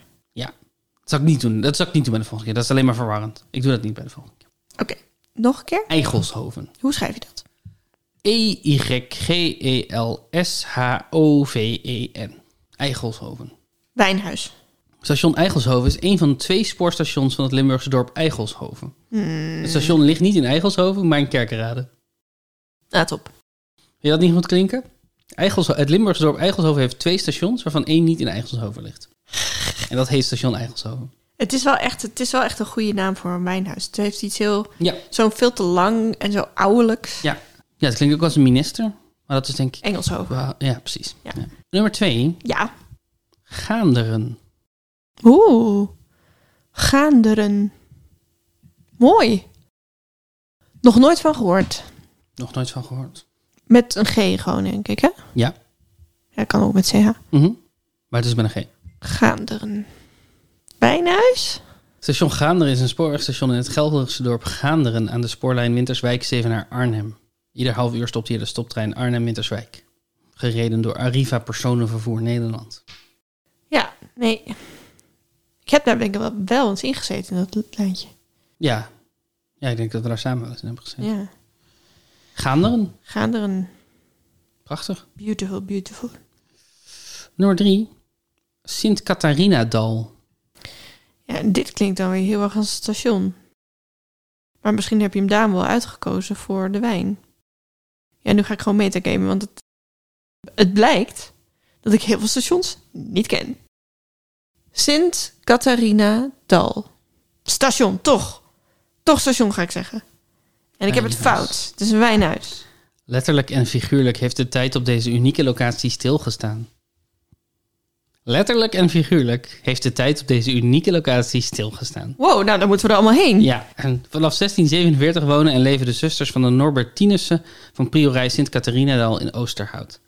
Dat zou ik niet doen. Dat zou ik niet doen bij de volgende keer. Dat is alleen maar verwarrend. Ik doe dat niet bij de volgende keer.
Oké, nog een keer.
Eigelshoven. E
Hoe schrijf je dat?
E-Y-G-E-L-S-H-O-V-E-N. E Eigelshoven.
Wijnhuis.
Station Eigelshoven is een van de twee spoorstations van het Limburgse dorp Eigelshoven.
Hmm.
Het station ligt niet in Eigelshoven, maar in Kerkrade.
Ah, top.
Wil je dat niet goed klinken? Eigelsho- het Limburgse dorp Eigelshoven heeft twee stations, waarvan één niet in Eigelshoven ligt. En dat heet station Eigelshoven.
Het is, wel echt, het is wel echt een goede naam voor een wijnhuis. Het heeft iets heel...
Ja.
Zo'n veel te lang en zo ouwelijks.
Ja. ja, dat klinkt ook als een minister, maar dat is denk ik...
Engels over.
Wa- Ja, precies.
Ja.
Ja. Nummer twee,
Ja.
Gaanderen.
Oeh. Gaanderen. Mooi. Nog nooit van gehoord.
Nog nooit van gehoord.
Met een G gewoon, denk ik, hè?
Ja.
Ja, kan ook met CH.
Mhm. Maar het is met een G.
Gaanderen. Wijnhuis?
Station Gaanderen is een spoorwegstation in het Gelderse dorp Gaanderen aan de spoorlijn Winterswijk-Zevenaar-Arnhem. Ieder half uur stopt hier de stoptrein Arnhem-Winterswijk. Gereden door Arriva Personenvervoer Nederland.
Ja, nee. Ik heb daar denk ik wel, wel eens ingezeten in dat lijntje.
Ja. ja, ik denk dat we daar samen wel eens in hebben gezien.
Ja.
Gaanderen,
Gaanderen.
prachtig.
Beautiful, beautiful.
Nummer 3. Sint-Catharinadal.
Ja, en dit klinkt dan weer heel erg als het station. Maar misschien heb je hem daarom wel uitgekozen voor de wijn. Ja, nu ga ik gewoon metagamen, want het, het blijkt dat ik heel veel stations niet ken. sint catharina dal Station, toch? Toch station ga ik zeggen. En ik heb het
Wijnhuis.
fout. Het is een wijnhuis.
Letterlijk en figuurlijk heeft de tijd op deze unieke locatie stilgestaan. Letterlijk en figuurlijk heeft de tijd op deze unieke locatie stilgestaan.
Wow, nou dan moeten we er allemaal heen.
Ja, en vanaf 1647 wonen en leven de zusters van de Norbertinussen van priorij sint catharinadal in Oosterhout.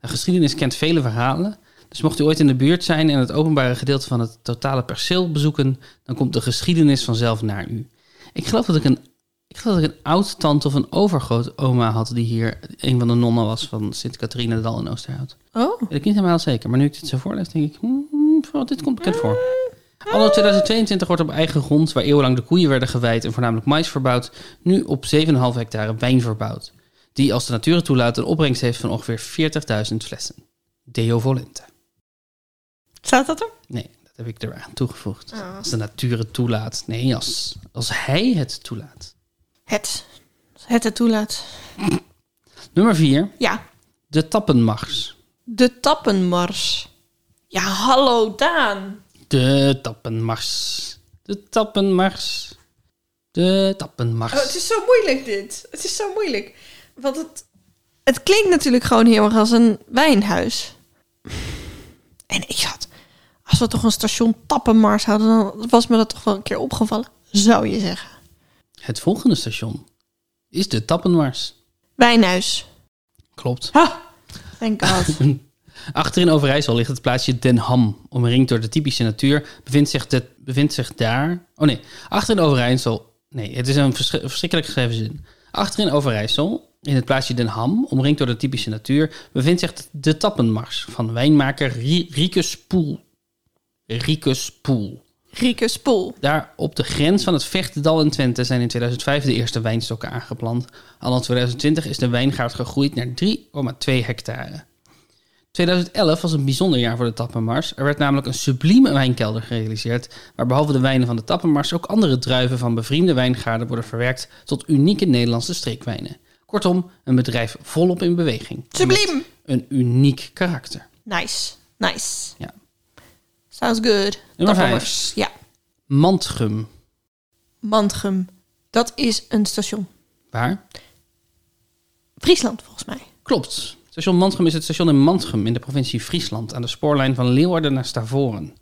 De geschiedenis kent vele verhalen, dus mocht u ooit in de buurt zijn en het openbare gedeelte van het totale perceel bezoeken, dan komt de geschiedenis vanzelf naar u. Ik geloof dat ik een, ik geloof dat ik een oud-tante of een overgrootoma had die hier een van de nonnen was van sint catharinadal in Oosterhout.
Oh.
Weet ik niet helemaal zeker, maar nu ik dit zo voorlees, denk ik, hmm, vooral dit komt bekend voor. Anno 2022 wordt op eigen grond, waar eeuwenlang de koeien werden gewijd en voornamelijk mais verbouwd, nu op 7,5 hectare wijn verbouwd. Die, als de natuur het toelaat, een opbrengst heeft van ongeveer 40.000 flessen. Deo Volente.
Staat dat er?
Nee, dat heb ik eraan toegevoegd.
Ah.
Als de natuur het toelaat. Nee, als, als hij het toelaat.
Het. Als Het het toelaat.
Nummer 4.
Ja,
De tappenmars.
De Tappenmars. Ja, hallo Daan.
De tappenmars. De tappenmars. De tappenmars.
Oh, het is zo moeilijk dit. Het is zo moeilijk. Want het, het klinkt natuurlijk gewoon heel erg als een wijnhuis. En ik zat... Als we toch een station Tappenmars hadden, dan was me dat toch wel een keer opgevallen. Zou je zeggen.
Het volgende station is de tappenmars.
Wijnhuis.
Klopt.
Ha! Thank God.
Achter in Overijssel ligt het plaatsje Den Ham. Omringd door de typische natuur bevindt zich, de, bevindt zich daar... Oh nee, achter in Overijssel... Nee, het is een versch- verschrikkelijk geschreven zin. Achter in Overijssel, in het plaatsje Den Ham, omringd door de typische natuur... bevindt zich de tappenmars van wijnmaker Rie- Riekes Poel. Riekes Poel.
Rieke Spoel.
Daar op de grens van het Vechtdal in Twente zijn in 2005 de eerste wijnstokken aangeplant. Al in 2020 is de wijngaard gegroeid naar 3,2 hectare. 2011 was een bijzonder jaar voor de Tappenmars. Er werd namelijk een sublieme wijnkelder gerealiseerd, waar behalve de wijnen van de Tappenmars ook andere druiven van bevriende wijngaarden worden verwerkt tot unieke Nederlandse streekwijnen. Kortom, een bedrijf volop in beweging.
Subliem.
Met Een uniek karakter.
Nice. Nice.
Ja.
Sounds good.
Nummer
Tappenmars. Ja.
Mantgum.
Mantrum. Dat is een station.
Waar?
Friesland, volgens mij.
Klopt. Station Mantrum is het station in Mantrum in de provincie Friesland aan de spoorlijn van Leeuwarden naar Stavoren.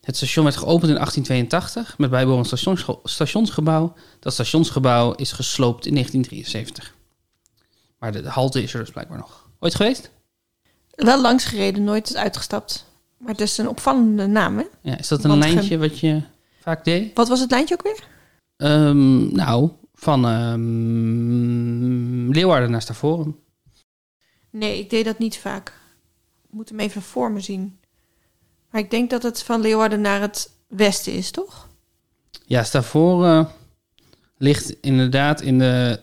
Het station werd geopend in 1882 met bijbehorend stationsge- stationsgebouw. Dat stationsgebouw is gesloopt in 1973. Maar de, de halte is er dus blijkbaar nog. Ooit geweest?
Wel langs gereden, nooit uitgestapt. Maar het is een opvallende naam, hè?
Ja, is dat een
Mantrum.
lijntje wat je vaak deed?
Wat was het lijntje ook weer?
Ehm, nou, van ehm, Leeuwarden naar Stavoren.
Nee, ik deed dat niet vaak. Ik moet hem even voor me zien. Maar ik denk dat het van Leeuwarden naar het westen is, toch?
Ja, Stavoren ligt inderdaad in de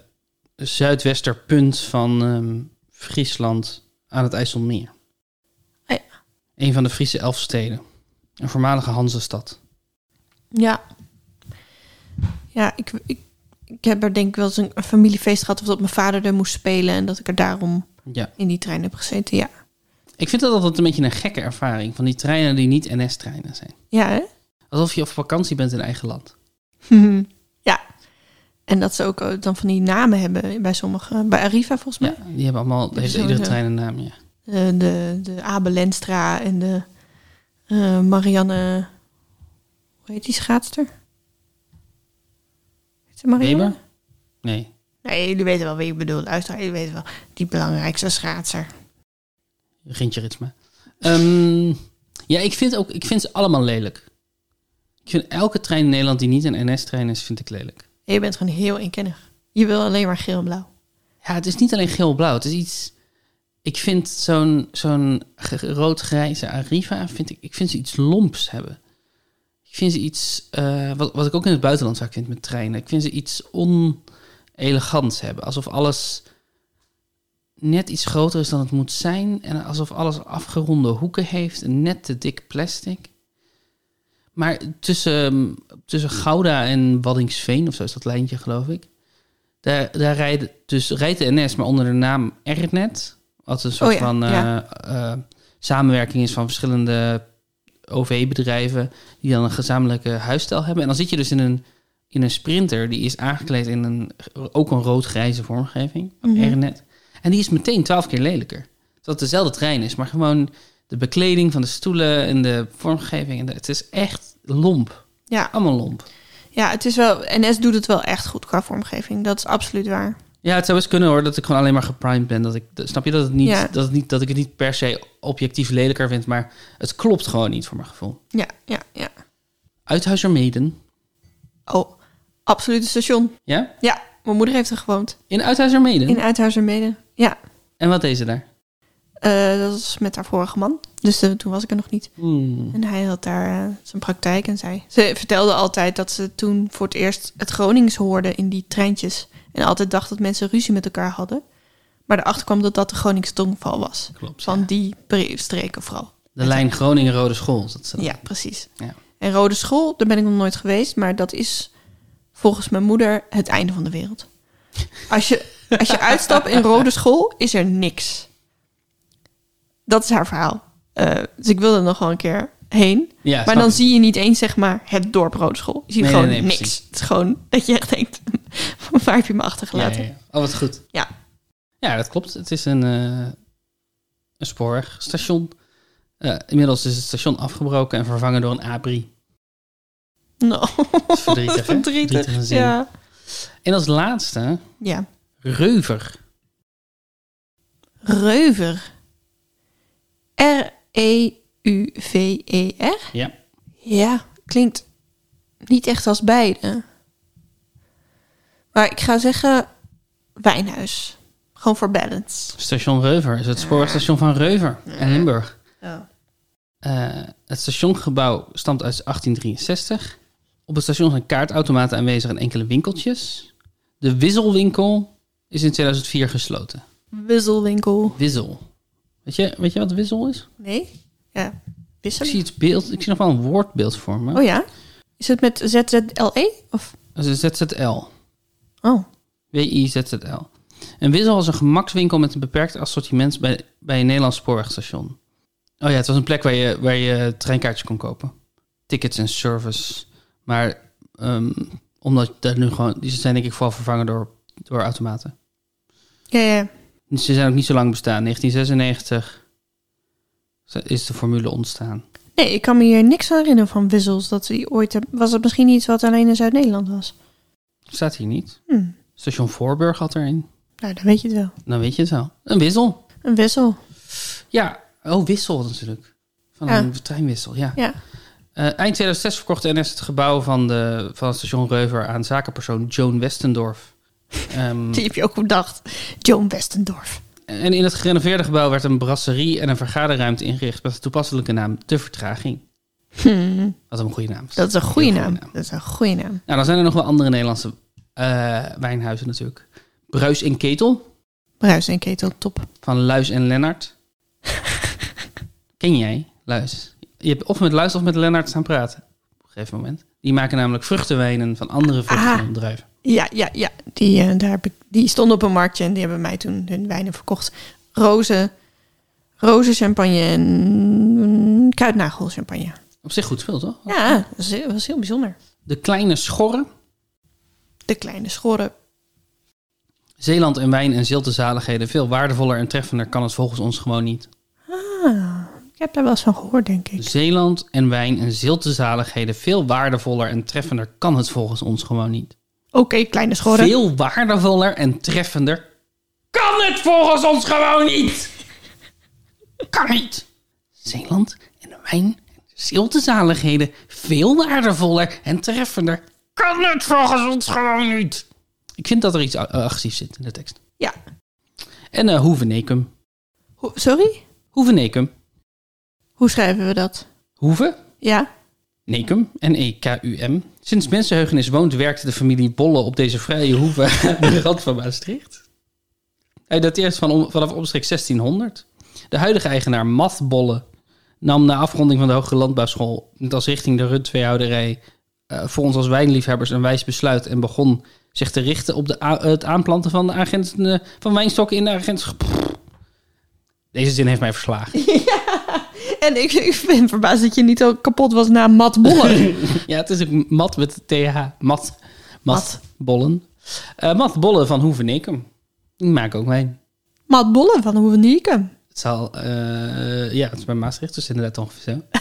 zuidwesterpunt van ehm, Friesland aan het IJsselmeer.
Ah
Een van de Friese elf steden. Een voormalige Hanzestad.
Ja. Ja, ik, ik, ik heb er denk ik wel eens een, een familiefeest gehad... of dat mijn vader er moest spelen... en dat ik er daarom
Ja.
in die trein heb gezeten, ja.
Ik vind dat altijd een beetje een gekke ervaring van die treinen die niet NS-treinen zijn.
Ja, hè?
Alsof je op vakantie bent in eigen land.
ja. En dat ze ook eh, dan van die namen hebben bij sommige... Bij Arriva, volgens mij.
Ja, die hebben allemaal,
Ja,
heeft
sowieso.
iedere trein een naam, ja.
Eh, de, de Abe Lenstra en de eh, Marianne... Hoe heet die schaatster? Heet ze Marianne?
Weber? Nee.
Nee, jullie weten wel wie ik bedoel. Luister, jullie weten wel. Die belangrijkste schaatser.
Rintje Ritsma. Ehm, ja, ik vind, ook, ik vind ze allemaal lelijk. Ik vind elke trein in Nederland die niet een NS-trein is, vind ik lelijk.
Je bent gewoon heel inkennig. Je wil alleen maar geel en blauw.
Ja, het is niet alleen geel-blauw. Het is iets... Ik vind zo'n zo'n ge- rood-grijze Arriva... Vind ik, ik vind ze iets lomps hebben. Ik vind ze iets... eh, wat, wat ik ook in het buitenland vaak vind met treinen. Ik vind ze iets onelegants hebben. Alsof alles net iets groter is dan het moet zijn. En alsof alles afgeronde hoeken heeft. En net te dik plastic. Maar tussen, ehm, tussen Gouda en Waddingsveen... of zo is dat lijntje, geloof ik... Daar, daar rijdt, dus rijdt de NS, maar onder de naam RNet. Wat een soort
Oh ja,
van eh,
ja.
eh, samenwerking is van verschillende OV-bedrijven... die dan een gezamenlijke huisstijl hebben. En dan zit je dus in een, in een sprinter. Die is aangekleed in een, ook een rood-grijze vormgeving.
Mhm.
RNet. En die is meteen twaalf keer lelijker. Dat het dezelfde trein is, maar gewoon de bekleding van de stoelen en de vormgeving. En de- het is echt lomp.
Ja.
Allemaal lomp.
Ja, het is wel... NS doet het wel echt goed qua vormgeving. Dat is absoluut waar.
Ja, het zou eens kunnen hoor, dat ik gewoon alleen maar geprimed ben. Dat ik, dat- snap je dat, het niet,
Ja.
dat, het niet, dat ik het niet per se objectief lelijker vind, maar het klopt gewoon niet voor mijn gevoel.
Ja, ja, ja.
Uithuizermeeden.
Oh, absoluut een station.
Ja?
Ja, mijn moeder heeft er gewoond.
In Uithuizermeeden.
In Uithuizermede. Ja,
En wat deed ze daar?
eh, dat was met haar vorige man. Dus eh, toen was ik er nog niet.
Hmm.
En hij had daar eh, zijn praktijk en zij. Ze vertelde altijd dat ze toen voor het eerst het Gronings hoorde in die treintjes. En altijd dacht dat mensen ruzie met elkaar hadden. Maar erachter kwam dat dat de Gronings tongval was.
Klopt.
Van
ja.
die bre- streken vooral.
De lijn Groningen-Rode School. is Dat ze dat-
Ja, precies.
Ja.
En Rode School, daar ben ik nog nooit geweest. Maar dat is volgens mijn moeder het einde van de wereld. Als je, als je uitstapt in Rode School, is er niks. Dat is haar verhaal. Eh, dus ik wilde nog wel een keer heen.
Ja,
maar
snap
dan
ik.
zie je niet eens zeg maar het dorp Roodschol. Je ziet
Nee,
gewoon
nee, nee,
niks.
precies.
Het is gewoon dat je echt denkt, waar heb je me achtergelaten?
Ja, ja, ja. Oh, wat goed.
Ja.
Ja, dat klopt. Het is een, eh een spoorwegstation. Eh, inmiddels is het station afgebroken en vervangen door een abri.
No.
is verdrietig, hè?
Verdrietig,
Verdrietige zin.
Ja.
En als laatste,
ja.
Reuver.
Reuver. E R-E-U-V-E-R?
Ja.
E Ja, klinkt niet echt als beide. Maar ik ga zeggen Wijnhuis. Gewoon voor balance.
Station Reuver is het spoorwegstation van Reuver in Limburg.
Ja.
Eh, het stationsgebouw stamt uit 1863. Op het station zijn kaartautomaten aanwezig en enkele winkeltjes. De wisselwinkel is in 2004 gesloten.
Wisselwinkel.
Wissel. Weet je, weet je wat wissel is?
Nee? Ja.
Ik
Wisselen?
zie, het beeld, ik zie nog wel een woordbeeld voor me.
Oh ja? Is het met ZZLE? E? Of?
Dat is ZZL.
Oh.
W-I-Z-Z-L. Een wissel was een gemakswinkel met een beperkt assortiment bij, bij een Nederlands spoorwegstation. Oh ja, het was een plek waar je, waar je treinkaartjes kon kopen. Tickets en service. Maar ehm, omdat daar nu gewoon, die zijn denk ik vooral vervangen door, door automaten.
Ja, ja.
Ze zijn ook niet zo lang bestaan. 1996 is de formule ontstaan.
Nee, ik kan me hier niks aan herinneren van wissels. Dat die ooit hebben. Was het misschien iets wat alleen in Zuid-Nederland was?
Staat hier niet.
Hm.
Station Voorburg had er een.
Nou, dan weet je het wel.
Dan weet je het wel. Een wissel.
Een wissel.
Ja, oh wissel natuurlijk. Van
Ja.
een treinwissel, ja.
Ja.
Eh, eind 2006 verkocht de NS het gebouw van, de, van het station Reuver aan zakenpersoon Joan Westendorf. Ehm,
Die heb je ook bedacht. John Westendorf.
en in het gerenoveerde gebouw werd een brasserie en een vergaderruimte ingericht met de toepasselijke naam De Vertraging.
Hm,
Wat een goede naam. is.
dat is een goede
Heel goede
naam.
naam.
Dat is een goede naam.
Nou, dan zijn er nog wel andere Nederlandse eh, wijnhuizen natuurlijk. Bruis en Ketel
Bruis en ketel, top.
van Luis en Lennart. Ken jij Luis? Je hebt of met Luis of met Lennart staan praten. Op een gegeven moment. Die maken namelijk vruchtenwijnen van andere vruchtendruiven.
Ja, ja, ja. Die, eh, daar heb ik, die stonden op een marktje en die hebben mij toen hun wijnen verkocht. Rozen, rozen champagne en kruidnagel champagne.
Op zich goed speel, toch?
Ja, dat was, heel- was heel bijzonder.
De Kleine Schorre,
De kleine schoren.
Zeeland en wijn en zilte zaligheden. Veel waardevoller en treffender kan het volgens ons gewoon niet.
Ah, ik heb daar wel eens van gehoord, denk ik.
Zeeland en wijn en zilte zaligheden. Veel waardevoller en treffender kan het volgens ons gewoon niet.
Oké, kleine schoren.
Veel waardevoller en treffender kan het volgens ons gewoon niet. Kan niet. Zeeland en wijn en zilte zaligheden. Veel waardevoller en treffender kan het volgens ons gewoon niet. Ik vind dat er iets eh, agressiefs zit in de tekst.
Ja.
En eh Hoevenecum.
Ho- sorry?
Hoevenecum.
Hoe schrijven we dat?
Hoeve,
Ja?
Nekum, E N-E-K-U-M. Sinds mensenheugenis woont, werkte de familie Bolle op deze vrije hoeve aan de rand van Maastricht. Hij dateert van om- vanaf omstreeks 1600. De huidige eigenaar, Math Bolle, nam na afronding van de Hogere Landbouwschool... met als richting de Rundveehouderij eh, voor ons als wijnliefhebbers een wijs besluit... en begon zich te richten op de a- het aanplanten van, de agent, eh, van wijnstokken in de agentschap. Deze zin heeft mij verslagen.
En ik, ik ben verbaasd dat je niet al kapot was na Matt Boller.
Ja, het is ook mat met TH. Mat.
Mat.
Mat. Bollen. Eh mat Bollen van Hoevenekum. Die maken ook wijn.
Matt Bolle van Hoevenieken.
Het zal, eh, ja, het is bij Maastricht, dus inderdaad ongeveer zo.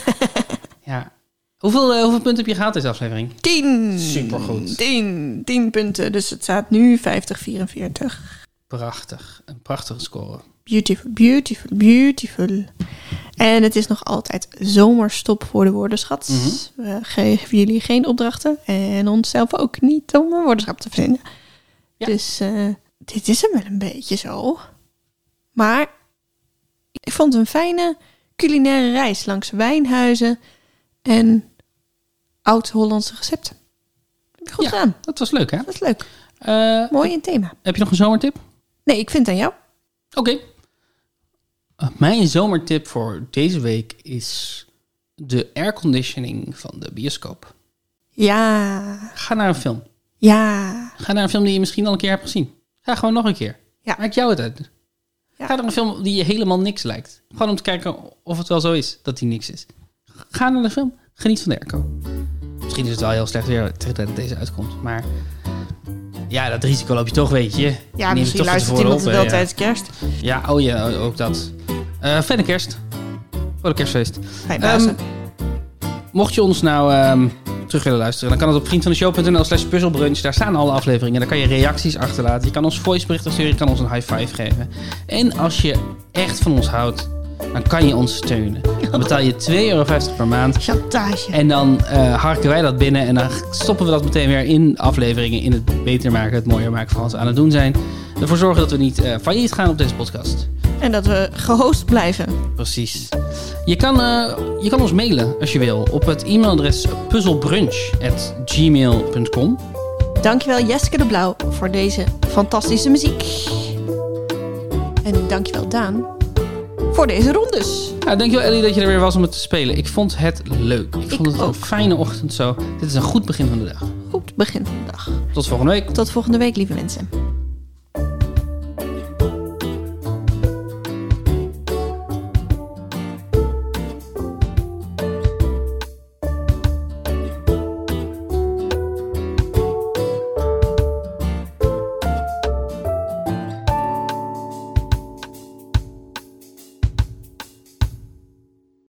ja. Hoeveel, eh, hoeveel punten heb je gehaald deze aflevering?
10.
Supergoed.
10. 10 punten. Dus het staat nu 50-44.
Prachtig. Een prachtige score.
Beautiful, beautiful, beautiful. En het is nog altijd zomerstop voor de woordenschat.
Mhm.
We geven jullie geen opdrachten. En onszelf ook niet om een woordenschap te verzinnen.
Ja.
Dus eh, dit is hem wel een beetje zo. Maar ik vond het een fijne culinaire reis langs wijnhuizen en oud-Hollandse recepten. Heb je goed
Ja.
gedaan.
Dat was leuk, hè?
Dat is leuk.
Eh,
Mooi in thema.
heb je nog een zomertip?
Nee, ik vind het aan jou.
Oké. Eh, Mijn zomertip voor deze week is de airconditioning van de bioscoop.
Ja.
Ga naar een film.
Ja.
Ga naar een film die je misschien al een keer hebt gezien. Ga gewoon nog een keer.
Ja.
Maak jou het uit.
Ja.
Ga naar een film die je helemaal niks lijkt. Gewoon om te kijken of het wel zo is dat die niks is. Ga naar de film. Geniet van de airco. Misschien is het wel heel slecht weer tegen dat deze uitkomt. Maar ja, dat risico loop je toch, weet je.
Ja,
Neem
misschien
toch van
luistert
tevoren
iemand het
op,
wel
hè, ja.
tijdens kerst.
Ja, oh ja, ook dat. Eh fijne kerst. Fijne kerstfeest.
Fijn blazen.
Ehm, Mocht je ons nou ehm, terug willen luisteren, dan kan het op vriendvandeshow.nl slash puzzelbrunch. Daar staan alle afleveringen. Daar kan je reacties achterlaten. Je kan ons voiceberichten sturen. Je kan ons een high five geven. En als je echt van ons houdt, dan kan je ons steunen. Dan betaal je 2,50 euro per maand.
Chantage.
En dan eh, harken wij dat binnen en dan stoppen we dat meteen weer in afleveringen. In het beter maken, het mooier maken van wat we aan het doen zijn. Ervoor zorgen dat we niet eh, failliet gaan op deze podcast.
En dat we gehost blijven.
Precies. Je kan, eh, je kan ons mailen als je wil op het e-mailadres puzzelbrunch.gmail.com.
Dankjewel Jeske de Blauw voor deze fantastische muziek. En dankjewel Daan voor deze rondes.
Nou, dankjewel Ellie dat je er weer was om het te spelen. Ik vond het leuk. Ik,
Ik
vond het
ook.
een fijne ochtend zo. Dit is een goed begin van de dag.
Goed begin van de dag.
Tot volgende week.
Tot volgende week, lieve mensen.